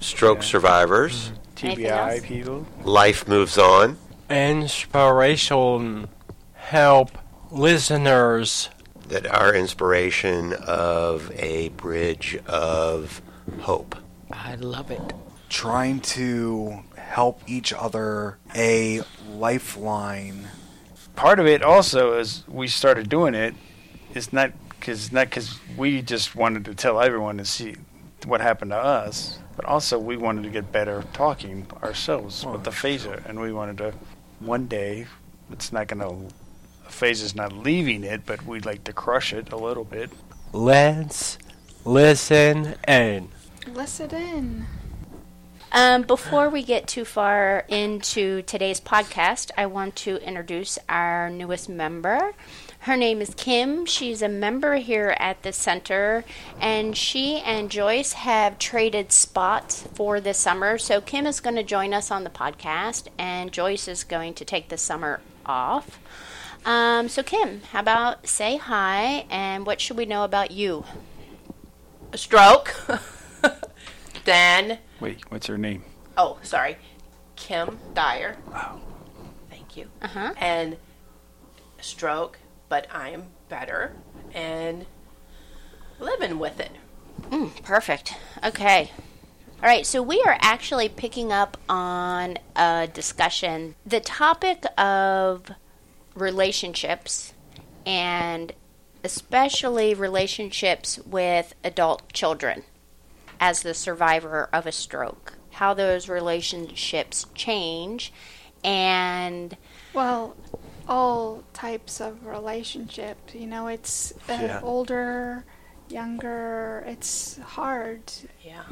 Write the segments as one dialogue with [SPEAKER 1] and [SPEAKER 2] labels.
[SPEAKER 1] Stroke survivors.
[SPEAKER 2] Anything
[SPEAKER 3] TBI
[SPEAKER 2] else?
[SPEAKER 3] people.
[SPEAKER 1] Life moves on.
[SPEAKER 4] Inspiration. Help listeners.
[SPEAKER 1] That our inspiration of a bridge of hope.
[SPEAKER 5] I love it.
[SPEAKER 6] trying to help each other a lifeline.
[SPEAKER 3] Part of it also is we started doing it. It's not because not because we just wanted to tell everyone to see what happened to us, but also we wanted to get better talking ourselves with the phaser, and we wanted to one day. It's not going to. Phaser's not leaving it, but we'd like to crush it a little bit.
[SPEAKER 4] Let's listen in.
[SPEAKER 7] Listen in.
[SPEAKER 2] Um, before we get too far into today's podcast, I want to introduce our newest member. Her name is Kim. She's a member here at the center, and she and Joyce have traded spots for the summer. So, Kim is going to join us on the podcast, and Joyce is going to take the summer off. Um, so, Kim, how about say hi and what should we know about you?
[SPEAKER 8] a stroke. then,
[SPEAKER 3] Wait, what's her name?
[SPEAKER 8] oh, sorry, Kim Dyer. Wow. Thank you. Uh-huh. And a stroke, but I'm better and living with it.
[SPEAKER 2] Perfect. Okay. All right, so we are actually picking up on a discussion, the topic of relationships and especially relationships with adult children as the survivor of a stroke, how those relationships change and
[SPEAKER 7] Well, all types of relationships. You know, it's uh,
[SPEAKER 3] Yeah.
[SPEAKER 7] older, younger. It's hard.
[SPEAKER 8] Yeah.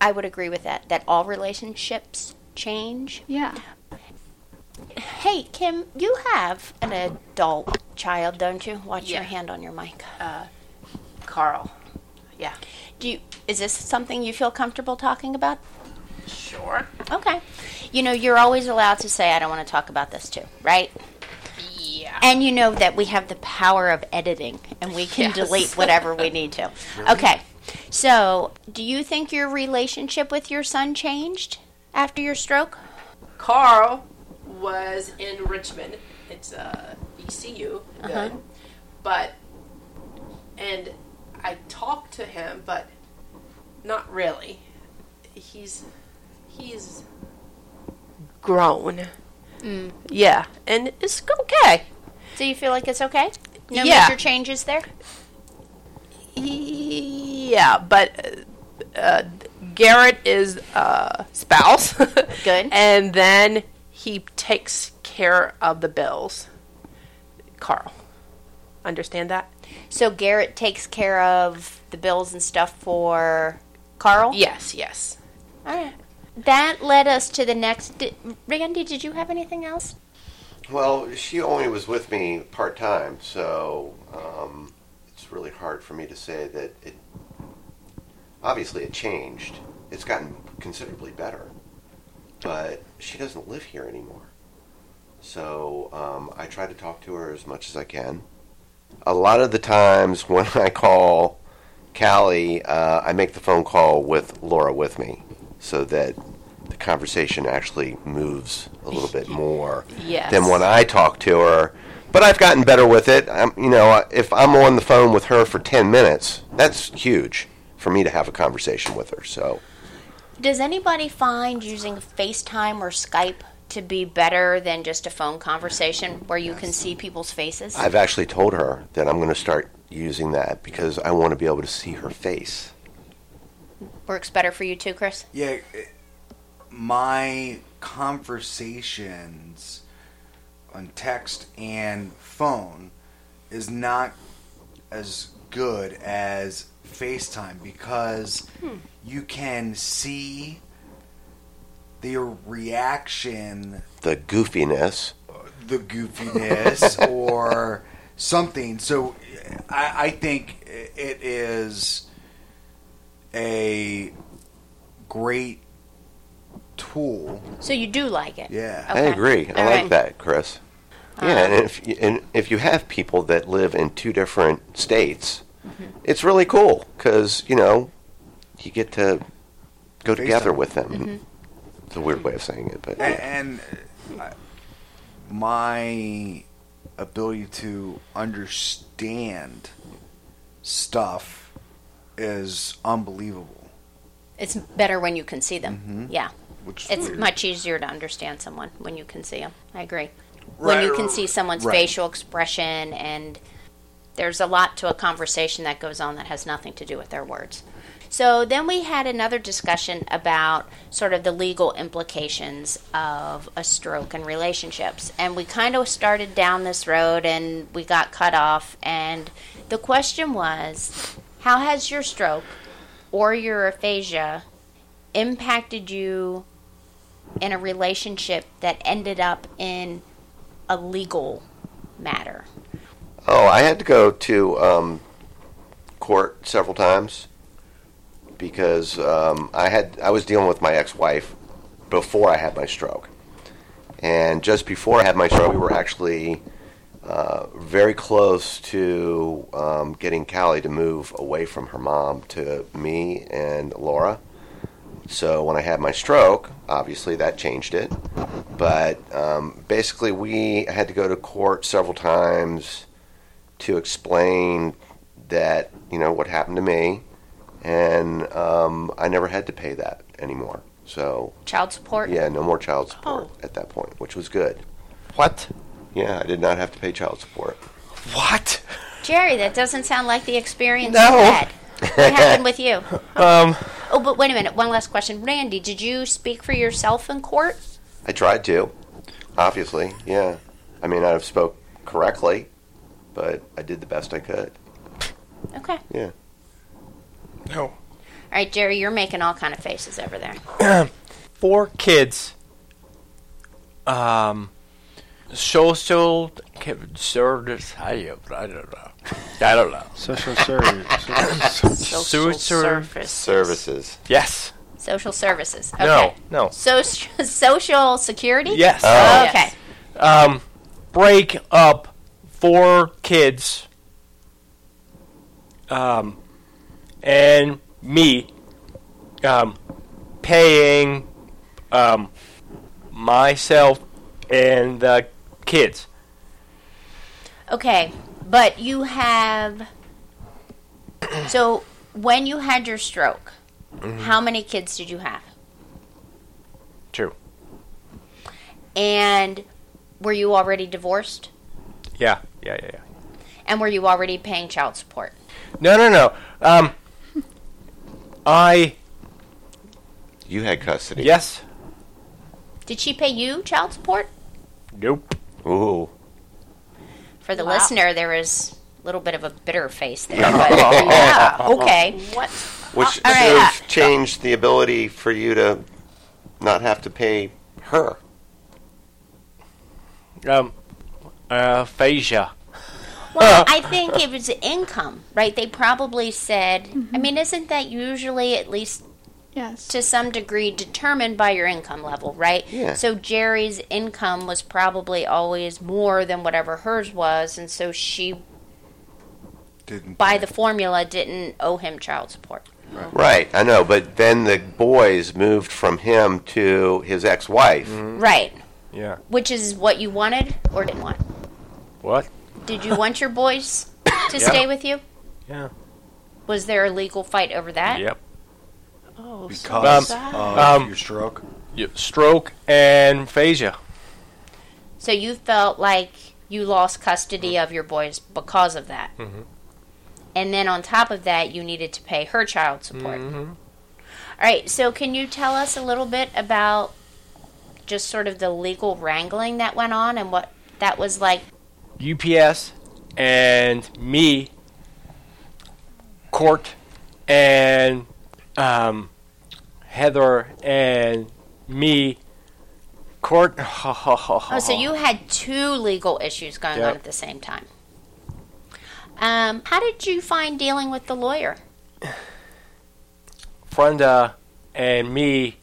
[SPEAKER 2] I would agree with that that all relationships change.
[SPEAKER 7] Yeah.
[SPEAKER 2] Hey, Kim, you have an adult child, don't you? Watch your
[SPEAKER 8] Yeah.
[SPEAKER 2] hand on your mic.
[SPEAKER 8] Carl. Yeah.
[SPEAKER 2] Do you, is this something you feel comfortable talking about?
[SPEAKER 8] Sure.
[SPEAKER 2] Okay. You know, you're always allowed to say, I don't want to talk about this too, right?
[SPEAKER 8] Yeah.
[SPEAKER 2] And you know that we have the power of editing and we can
[SPEAKER 8] Yes.
[SPEAKER 2] delete whatever we need to. Okay. So, do you think your relationship with your son changed after your stroke?
[SPEAKER 8] Carl was in Richmond. It's uh, a ECU, good. But and I talked to him, but not really. He's he's grown. Yeah, and it's okay.
[SPEAKER 2] So, you feel like it's okay? No
[SPEAKER 8] Yeah.
[SPEAKER 2] major changes there?
[SPEAKER 8] Yeah, but uh, Garrett is uh, spouse.
[SPEAKER 2] Good.
[SPEAKER 8] and then he takes care of the bills. Carl, understand that?
[SPEAKER 2] So, Garrett takes care of the bills and stuff for Carl?
[SPEAKER 8] Yes, yes.
[SPEAKER 2] That led us to the next. Di- Randy, did you have anything else?
[SPEAKER 1] Well, she only was with me part time, so um, it's really hard for me to say that it. Obviously, it changed. It's gotten considerably better, but she doesn't live here anymore. So um, I try to talk to her as much as I can. A lot of the times when I call Callie, uh, I make the phone call with Laura with me, so that the conversation actually moves a little bit more
[SPEAKER 8] Yes.
[SPEAKER 1] than when I talk to her. But I've gotten better with it. I'm, you know, if I'm on the phone with her for 10 minutes, that's huge for me to have a conversation with her. So
[SPEAKER 2] Does anybody find using FaceTime or Skype to be better than just a phone conversation where you can see people's faces?
[SPEAKER 1] I've actually told her that I'm going to start using that because I want to be able to see her face.
[SPEAKER 2] Works better for you too, Chris?
[SPEAKER 6] Yeah, it- my conversations on text and phone is not as good as FaceTime because you can see their reaction,
[SPEAKER 1] The goofiness.
[SPEAKER 6] the goofiness, or something. So I, I think it is a great tool.
[SPEAKER 2] So you do like it.
[SPEAKER 6] Yeah.
[SPEAKER 2] Okay.
[SPEAKER 1] I agree. I
[SPEAKER 2] All
[SPEAKER 1] like
[SPEAKER 2] right.
[SPEAKER 1] that, Chris. yeah, and if y- and if you have people that live in two different states,
[SPEAKER 2] Mm-hmm.
[SPEAKER 1] it's really cool because you know you get to go together
[SPEAKER 6] FaceTime.
[SPEAKER 1] with them.
[SPEAKER 2] Mm-hmm.
[SPEAKER 1] It's a weird way of saying it, but
[SPEAKER 6] A-
[SPEAKER 1] yeah.
[SPEAKER 6] and I- my ability to understand stuff is unbelievable
[SPEAKER 2] It's better when you can see them.
[SPEAKER 6] Mm-hmm.
[SPEAKER 2] Yeah.
[SPEAKER 6] which is
[SPEAKER 2] It's
[SPEAKER 6] weird.
[SPEAKER 2] much easier to understand someone when you can see them. I agree. when
[SPEAKER 6] Right,
[SPEAKER 2] you can
[SPEAKER 6] right,
[SPEAKER 2] see someone's
[SPEAKER 6] right.
[SPEAKER 2] facial expression and there's a lot to a conversation that goes on that has nothing to do with their words. So then we had another discussion about sort of the legal implications of a stroke and relationships. And we kind of started down this road and we got cut off. And the question was how has your stroke or your aphasia impacted you in a relationship that ended up in a legal matter?
[SPEAKER 1] oh, I had to go to um, court several times because um, I had I was dealing with my ex-wife before I had my stroke, and just before I had my stroke, we were actually uh, very close to um, getting Callie to move away from her mom to me and Laura. So when I had my stroke, obviously that changed it. But um, basically, we had to go to court several times to explain that you know what happened to me, and um, I never had to pay that anymore. So
[SPEAKER 2] Child support?
[SPEAKER 1] yeah, no more child support
[SPEAKER 2] Oh.
[SPEAKER 1] at that point, which was good.
[SPEAKER 4] What?
[SPEAKER 1] Yeah, I did not have to pay child support.
[SPEAKER 4] What?
[SPEAKER 2] Jerry, that doesn't sound like the experience
[SPEAKER 4] No.
[SPEAKER 2] you had. What happened with you? Um. Oh, but wait a minute. One last question. Randy, did you speak for yourself in court?
[SPEAKER 1] I tried to, obviously. Yeah, I mean I've spoke correctly, but I did the best I could.
[SPEAKER 2] Okay. All
[SPEAKER 1] Yeah.
[SPEAKER 4] No.
[SPEAKER 2] right, Jerry, you're making all kind of faces over there.
[SPEAKER 4] Four kids. Um, social. Service. I don't I don't know. I don't know.
[SPEAKER 3] Social service.
[SPEAKER 4] Social
[SPEAKER 8] surface.
[SPEAKER 1] Services.
[SPEAKER 4] Yes.
[SPEAKER 2] Social services. Okay.
[SPEAKER 4] No. No.
[SPEAKER 2] So, social security?
[SPEAKER 4] Yes.
[SPEAKER 1] Oh.
[SPEAKER 2] Okay.
[SPEAKER 4] Um, break up four kids. Um, and me. Um, paying um myself and the kids.
[SPEAKER 2] Okay, but you have. So when you had your stroke, how many kids did you have?
[SPEAKER 4] Two.
[SPEAKER 2] And were you already divorced?
[SPEAKER 4] Yeah. Yeah. Yeah. Yeah.
[SPEAKER 2] And were you already paying child support?
[SPEAKER 4] No. No. No. Um, I
[SPEAKER 1] You had custody.
[SPEAKER 4] yes.
[SPEAKER 2] Did she pay you child support?
[SPEAKER 4] Nope.
[SPEAKER 1] Ooh.
[SPEAKER 2] For the
[SPEAKER 8] Wow.
[SPEAKER 2] listener, there is a little bit of a bitter face there. But yeah, okay.
[SPEAKER 8] What?
[SPEAKER 1] Which
[SPEAKER 2] all
[SPEAKER 1] sort
[SPEAKER 2] right.
[SPEAKER 1] of changed the ability for you to not have to pay her.
[SPEAKER 4] Um, aphasia.
[SPEAKER 2] Well, I think it was income, right? They probably said, I mean, isn't that usually at least
[SPEAKER 7] Yes.
[SPEAKER 2] to some degree determined by your income level, right?
[SPEAKER 1] Yeah.
[SPEAKER 2] So Jerry's income was probably always more than whatever hers was, and so she,
[SPEAKER 6] Didn't
[SPEAKER 2] by the formula, didn't owe him child support.
[SPEAKER 1] Right, I know, but then the boys moved from him to his ex wife.
[SPEAKER 4] Mm-hmm.
[SPEAKER 2] Right.
[SPEAKER 4] Yeah.
[SPEAKER 2] Which is what you wanted or didn't want.
[SPEAKER 4] What?
[SPEAKER 2] Did you want your boys to stay with you?
[SPEAKER 4] Yeah.
[SPEAKER 2] Was there a legal fight over that?
[SPEAKER 4] Yep.
[SPEAKER 8] Oh,
[SPEAKER 6] because
[SPEAKER 8] Um,
[SPEAKER 6] of
[SPEAKER 4] um,
[SPEAKER 6] your stroke.
[SPEAKER 4] Yeah, stroke and aphasia.
[SPEAKER 2] So you felt like you lost custody of your boys because of that. And then on top of that, you needed to pay her child support. All right, so can you tell us a little bit about just sort of the legal wrangling that went on and what that was like?
[SPEAKER 4] UPS and me, Court and um, Heather and me court.
[SPEAKER 2] Oh, so you had two legal issues going on
[SPEAKER 4] Uh-huh. Yep.
[SPEAKER 2] at the same time. Um, how did you find dealing with the lawyer?
[SPEAKER 4] Brenda and me,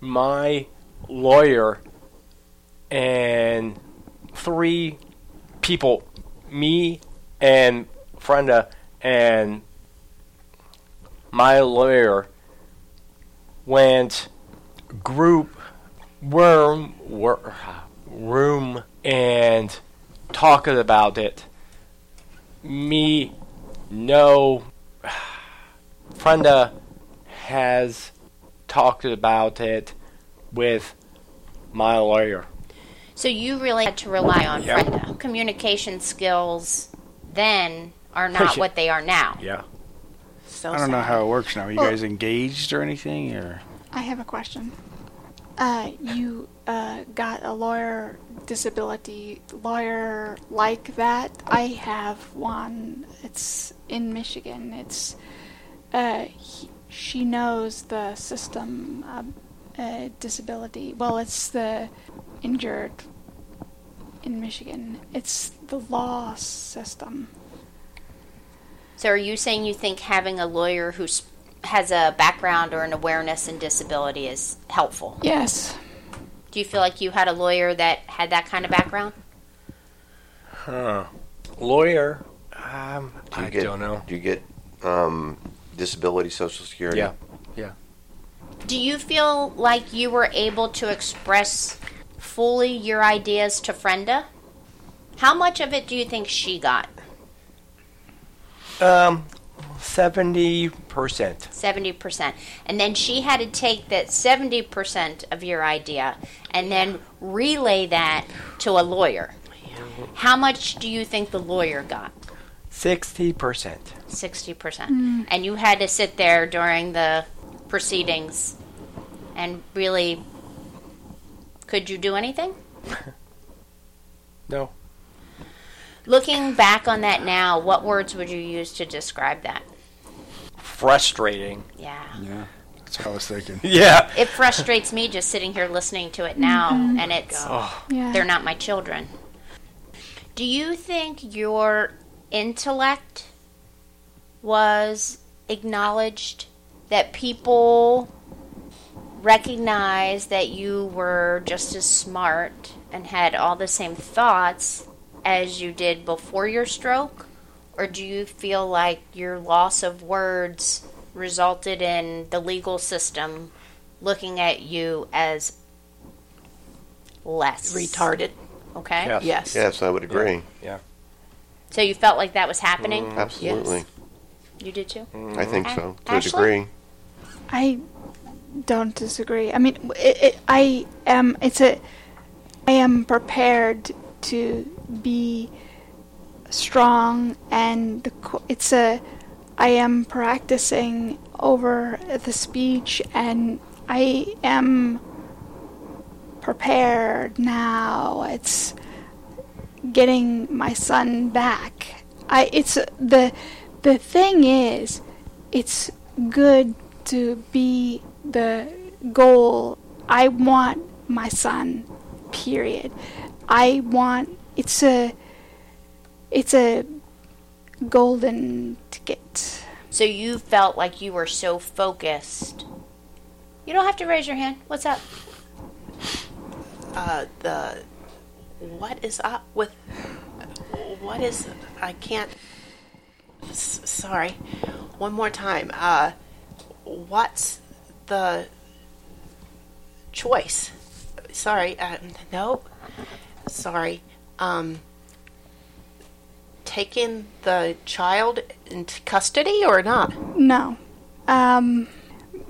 [SPEAKER 4] my lawyer, and three people, me and Brenda and my lawyer, went group room wor- room and talked about it. Me, no, Brenda has talked about it with my lawyer.
[SPEAKER 2] So you really had to rely on
[SPEAKER 4] Yeah.
[SPEAKER 2] Brenda. Communication skills then are not
[SPEAKER 4] Yeah.
[SPEAKER 2] what they are now.
[SPEAKER 4] Yeah.
[SPEAKER 8] So
[SPEAKER 3] I don't know
[SPEAKER 8] sad.
[SPEAKER 3] how it works now. Are you
[SPEAKER 7] Well-
[SPEAKER 3] guys engaged or anything? Or
[SPEAKER 7] I have a question. Uh, you uh, got a lawyer disability lawyer like that? I have one. It's in Michigan. It's uh, he, she knows the system of uh, disability. Well, it's the injured in Michigan. It's the law system.
[SPEAKER 2] So are you saying you think having a lawyer who s- has a background or an awareness in disability is helpful?
[SPEAKER 7] Yes.
[SPEAKER 2] Do you feel like you had a lawyer that had that kind of background?
[SPEAKER 4] Huh. Lawyer? Um,
[SPEAKER 1] you
[SPEAKER 4] I
[SPEAKER 1] get-
[SPEAKER 4] don't know.
[SPEAKER 1] Do you get um, disability, social security?
[SPEAKER 4] Yeah.
[SPEAKER 2] Do you feel like you were able to express fully your ideas to Frenda? How much of it do you think she got?
[SPEAKER 4] Um, 70%.
[SPEAKER 2] 70%. And then she had to take that 70% of your idea and then relay that to a lawyer. How much do you think the lawyer got?
[SPEAKER 4] 60%.
[SPEAKER 2] 60%. And you had to sit there during the proceedings and really. Could you do anything?
[SPEAKER 4] No.
[SPEAKER 2] Looking back on that now, what words would you use to describe that?
[SPEAKER 4] Frustrating.
[SPEAKER 2] Yeah.
[SPEAKER 6] Yeah.
[SPEAKER 3] that's what I was thinking.
[SPEAKER 4] Yeah.
[SPEAKER 2] It frustrates me just sitting here listening to it now, and it's.
[SPEAKER 7] Yeah.
[SPEAKER 2] They're not my children. Do you think your intellect was acknowledged? That people recognized that you were just as smart and had all the same thoughts as you did before your stroke? Or do you feel like your loss of words resulted in the legal system looking at you as less?
[SPEAKER 8] retarded.
[SPEAKER 2] Okay.
[SPEAKER 4] Yeah.
[SPEAKER 8] Yes.
[SPEAKER 1] Yes, I would agree.
[SPEAKER 2] So you felt like that was happening?
[SPEAKER 4] Mm-hmm.
[SPEAKER 1] Absolutely.
[SPEAKER 2] You did too?
[SPEAKER 1] I think
[SPEAKER 2] Mm.
[SPEAKER 1] so,
[SPEAKER 2] A-
[SPEAKER 1] to a
[SPEAKER 2] Ashley?
[SPEAKER 1] degree.
[SPEAKER 7] I don't disagree. I mean, w- it, it, I am. It's a. I am prepared to be strong, and the, co- it's a. I am practicing over the speech, and I am prepared now. It's getting my son back. I. It's a- the. The thing is, it's good to be the goal. I want my son. Period. I want it's a it's a golden ticket.
[SPEAKER 2] So you felt like you were so focused. You don't have to raise your hand. What's up?
[SPEAKER 8] Uh, the what is up with what is I can't. S- sorry, one more time. Uh, what's the choice? Sorry, uh, no. Sorry. Um, taking the child into custody or not?
[SPEAKER 7] No. Um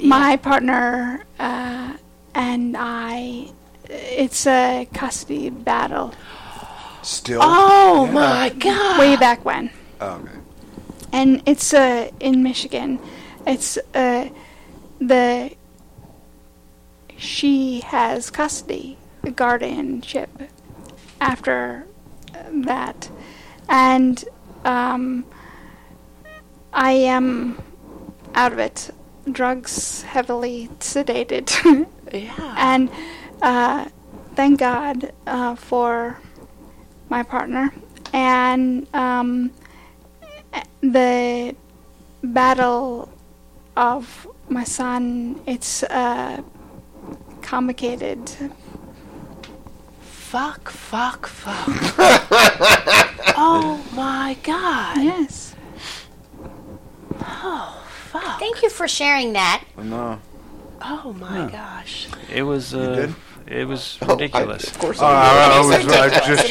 [SPEAKER 7] my partner uh and I it's a custody battle.
[SPEAKER 6] Still.
[SPEAKER 8] Oh my god!
[SPEAKER 7] Way back when.
[SPEAKER 6] Oh, okay.
[SPEAKER 7] and it's uh, in Michigan. It's uh, the she has custody, the guardianship after that, and um, I am out of it. Drugs heavily sedated
[SPEAKER 4] Yeah.
[SPEAKER 7] And uh, thank God uh, for my partner. And um, the battle of my son, it's uh, complicated.
[SPEAKER 8] Fuck, fuck, fuck. oh my god.
[SPEAKER 7] Yes.
[SPEAKER 8] Oh, fuck.
[SPEAKER 2] Thank you for sharing that.
[SPEAKER 6] No.
[SPEAKER 8] Oh my gosh.
[SPEAKER 3] It was uh, it was ridiculous.
[SPEAKER 1] of course.
[SPEAKER 6] I, was just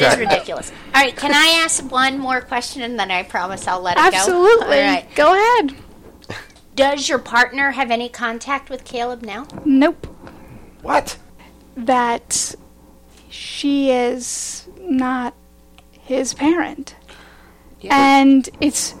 [SPEAKER 2] It is ridiculous. All right, can I ask one more question and then I promise I'll let it go?
[SPEAKER 7] Absolutely.
[SPEAKER 2] All right.
[SPEAKER 7] Go ahead.
[SPEAKER 2] Does your partner have any contact with Caleb now?
[SPEAKER 7] Nope.
[SPEAKER 4] What?
[SPEAKER 7] That she is not his parent. And it's.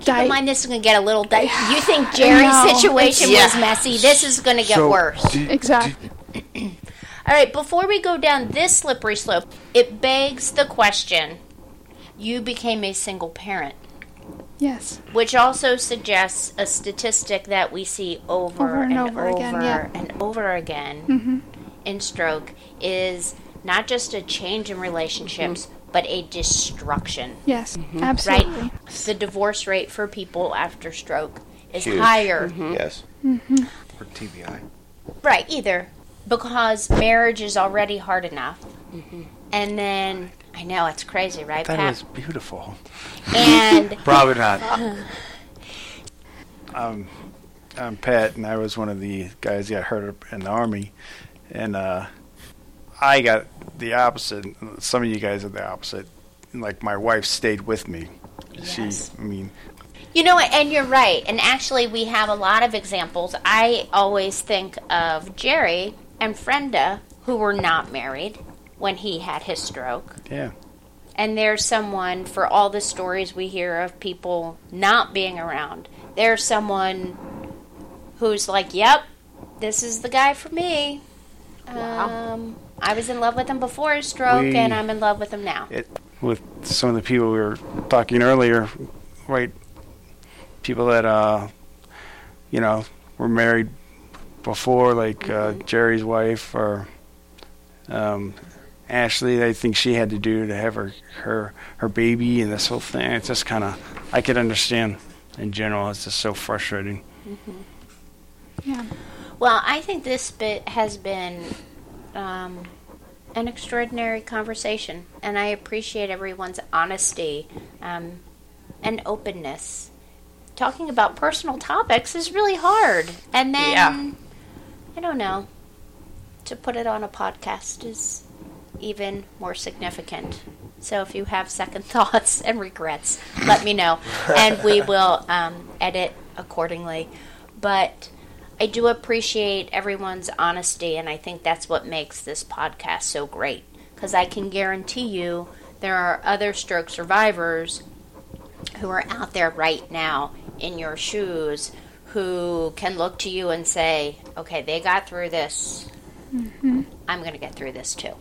[SPEAKER 2] Keep in
[SPEAKER 7] Di-
[SPEAKER 2] mind, this is going to get a little dicey. You think Jerry's
[SPEAKER 7] No, it's-
[SPEAKER 2] situation was messy. This is going to get worse.
[SPEAKER 7] exactly.
[SPEAKER 2] All right, before we go down this slippery slope, it begs the question you became a single parent,
[SPEAKER 7] Yes.
[SPEAKER 2] which also suggests a statistic that we see over,
[SPEAKER 7] Over and
[SPEAKER 2] and,
[SPEAKER 7] over again, yeah. Mm-hmm.
[SPEAKER 2] and over again in stroke is not just a change in relationships, but a destruction,
[SPEAKER 7] Yes.
[SPEAKER 2] Mm-hmm. right?
[SPEAKER 7] Mm-hmm. Absolutely.
[SPEAKER 2] The divorce rate for people after stroke is
[SPEAKER 1] Huge. Mm-hmm.
[SPEAKER 2] higher.
[SPEAKER 1] Yes.
[SPEAKER 6] Or TBI.
[SPEAKER 2] Right, either. Because marriage is already hard enough. And then, I know, it's crazy, right,
[SPEAKER 3] That
[SPEAKER 2] Pat?
[SPEAKER 3] was beautiful.
[SPEAKER 2] And
[SPEAKER 6] Probably not.
[SPEAKER 3] um, I'm Pat, and I was one of the guys that got hurt up in the army, and uh, I got the opposite. Some of you guys are the opposite. Like my wife stayed with me.
[SPEAKER 2] Yes.
[SPEAKER 3] She, I mean,
[SPEAKER 2] You know, what, and you're right. And actually, we have a lot of examples. I always think of Jerry and Frenda, who were not married when he had his stroke.
[SPEAKER 3] yeah,
[SPEAKER 2] And there's someone, for all the stories we hear of people not being around, there's someone who's like, yep, this is the guy for me. Um, I was in love with him before his stroke,
[SPEAKER 3] We-
[SPEAKER 2] and I'm in love with him now.
[SPEAKER 3] it with some of the people we were talking earlier, right? People that uh, you know, were married before, like uh, Jerry's wife or um, Ashley. I think she had to do to have her her her baby and this whole thing. It's just kind of I could understand in general. It's just so frustrating.
[SPEAKER 7] Yeah.
[SPEAKER 2] Well, I think this bit has been um, an extraordinary conversation, and I appreciate everyone's honesty um, and openness. Talking about personal topics is really hard, and then
[SPEAKER 8] Yeah.
[SPEAKER 2] I don't know to put it on a podcast is even more significant. So if you have second thoughts and regrets, let me know, and we will um, edit accordingly. But I do appreciate everyone's honesty, and I think that's what makes this podcast so great. Because I can guarantee you there are other stroke survivors who are out there right now in your shoes who can look to you and say, okay, they got through this. I'm going to get through this too.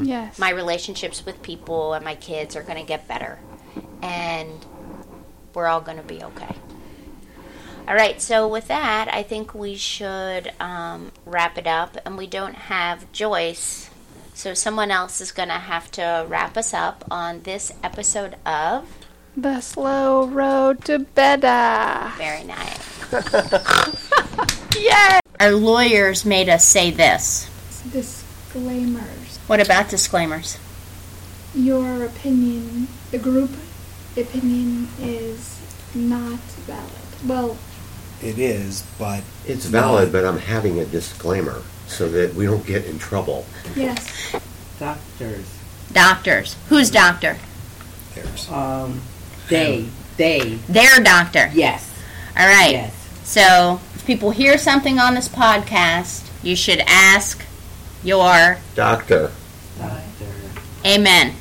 [SPEAKER 7] Yes.
[SPEAKER 2] My relationships with people and my kids are going to get better. And we're all going to be okay. All right, so with that, I think we should um, wrap it up. And we don't have Joyce, so someone else is going to have to wrap us up on this episode of
[SPEAKER 7] the slow road to better.
[SPEAKER 2] Very nice. Yay! Our lawyers made us say this.
[SPEAKER 7] Disclaimers.
[SPEAKER 2] What about disclaimers?
[SPEAKER 7] Your opinion, the group opinion is not valid. Well,
[SPEAKER 9] It is, but
[SPEAKER 1] It's valid, but I'm having a disclaimer so that we don't get in trouble.
[SPEAKER 7] yes.
[SPEAKER 10] Doctors.
[SPEAKER 2] Doctors. Who's doctor?
[SPEAKER 9] there's
[SPEAKER 10] Um, they. They.
[SPEAKER 2] Their doctor.
[SPEAKER 10] Yes.
[SPEAKER 2] All right.
[SPEAKER 10] Yes.
[SPEAKER 2] So if people hear something on this podcast, you should ask your
[SPEAKER 1] Doctor.
[SPEAKER 10] Doctor.
[SPEAKER 2] amen.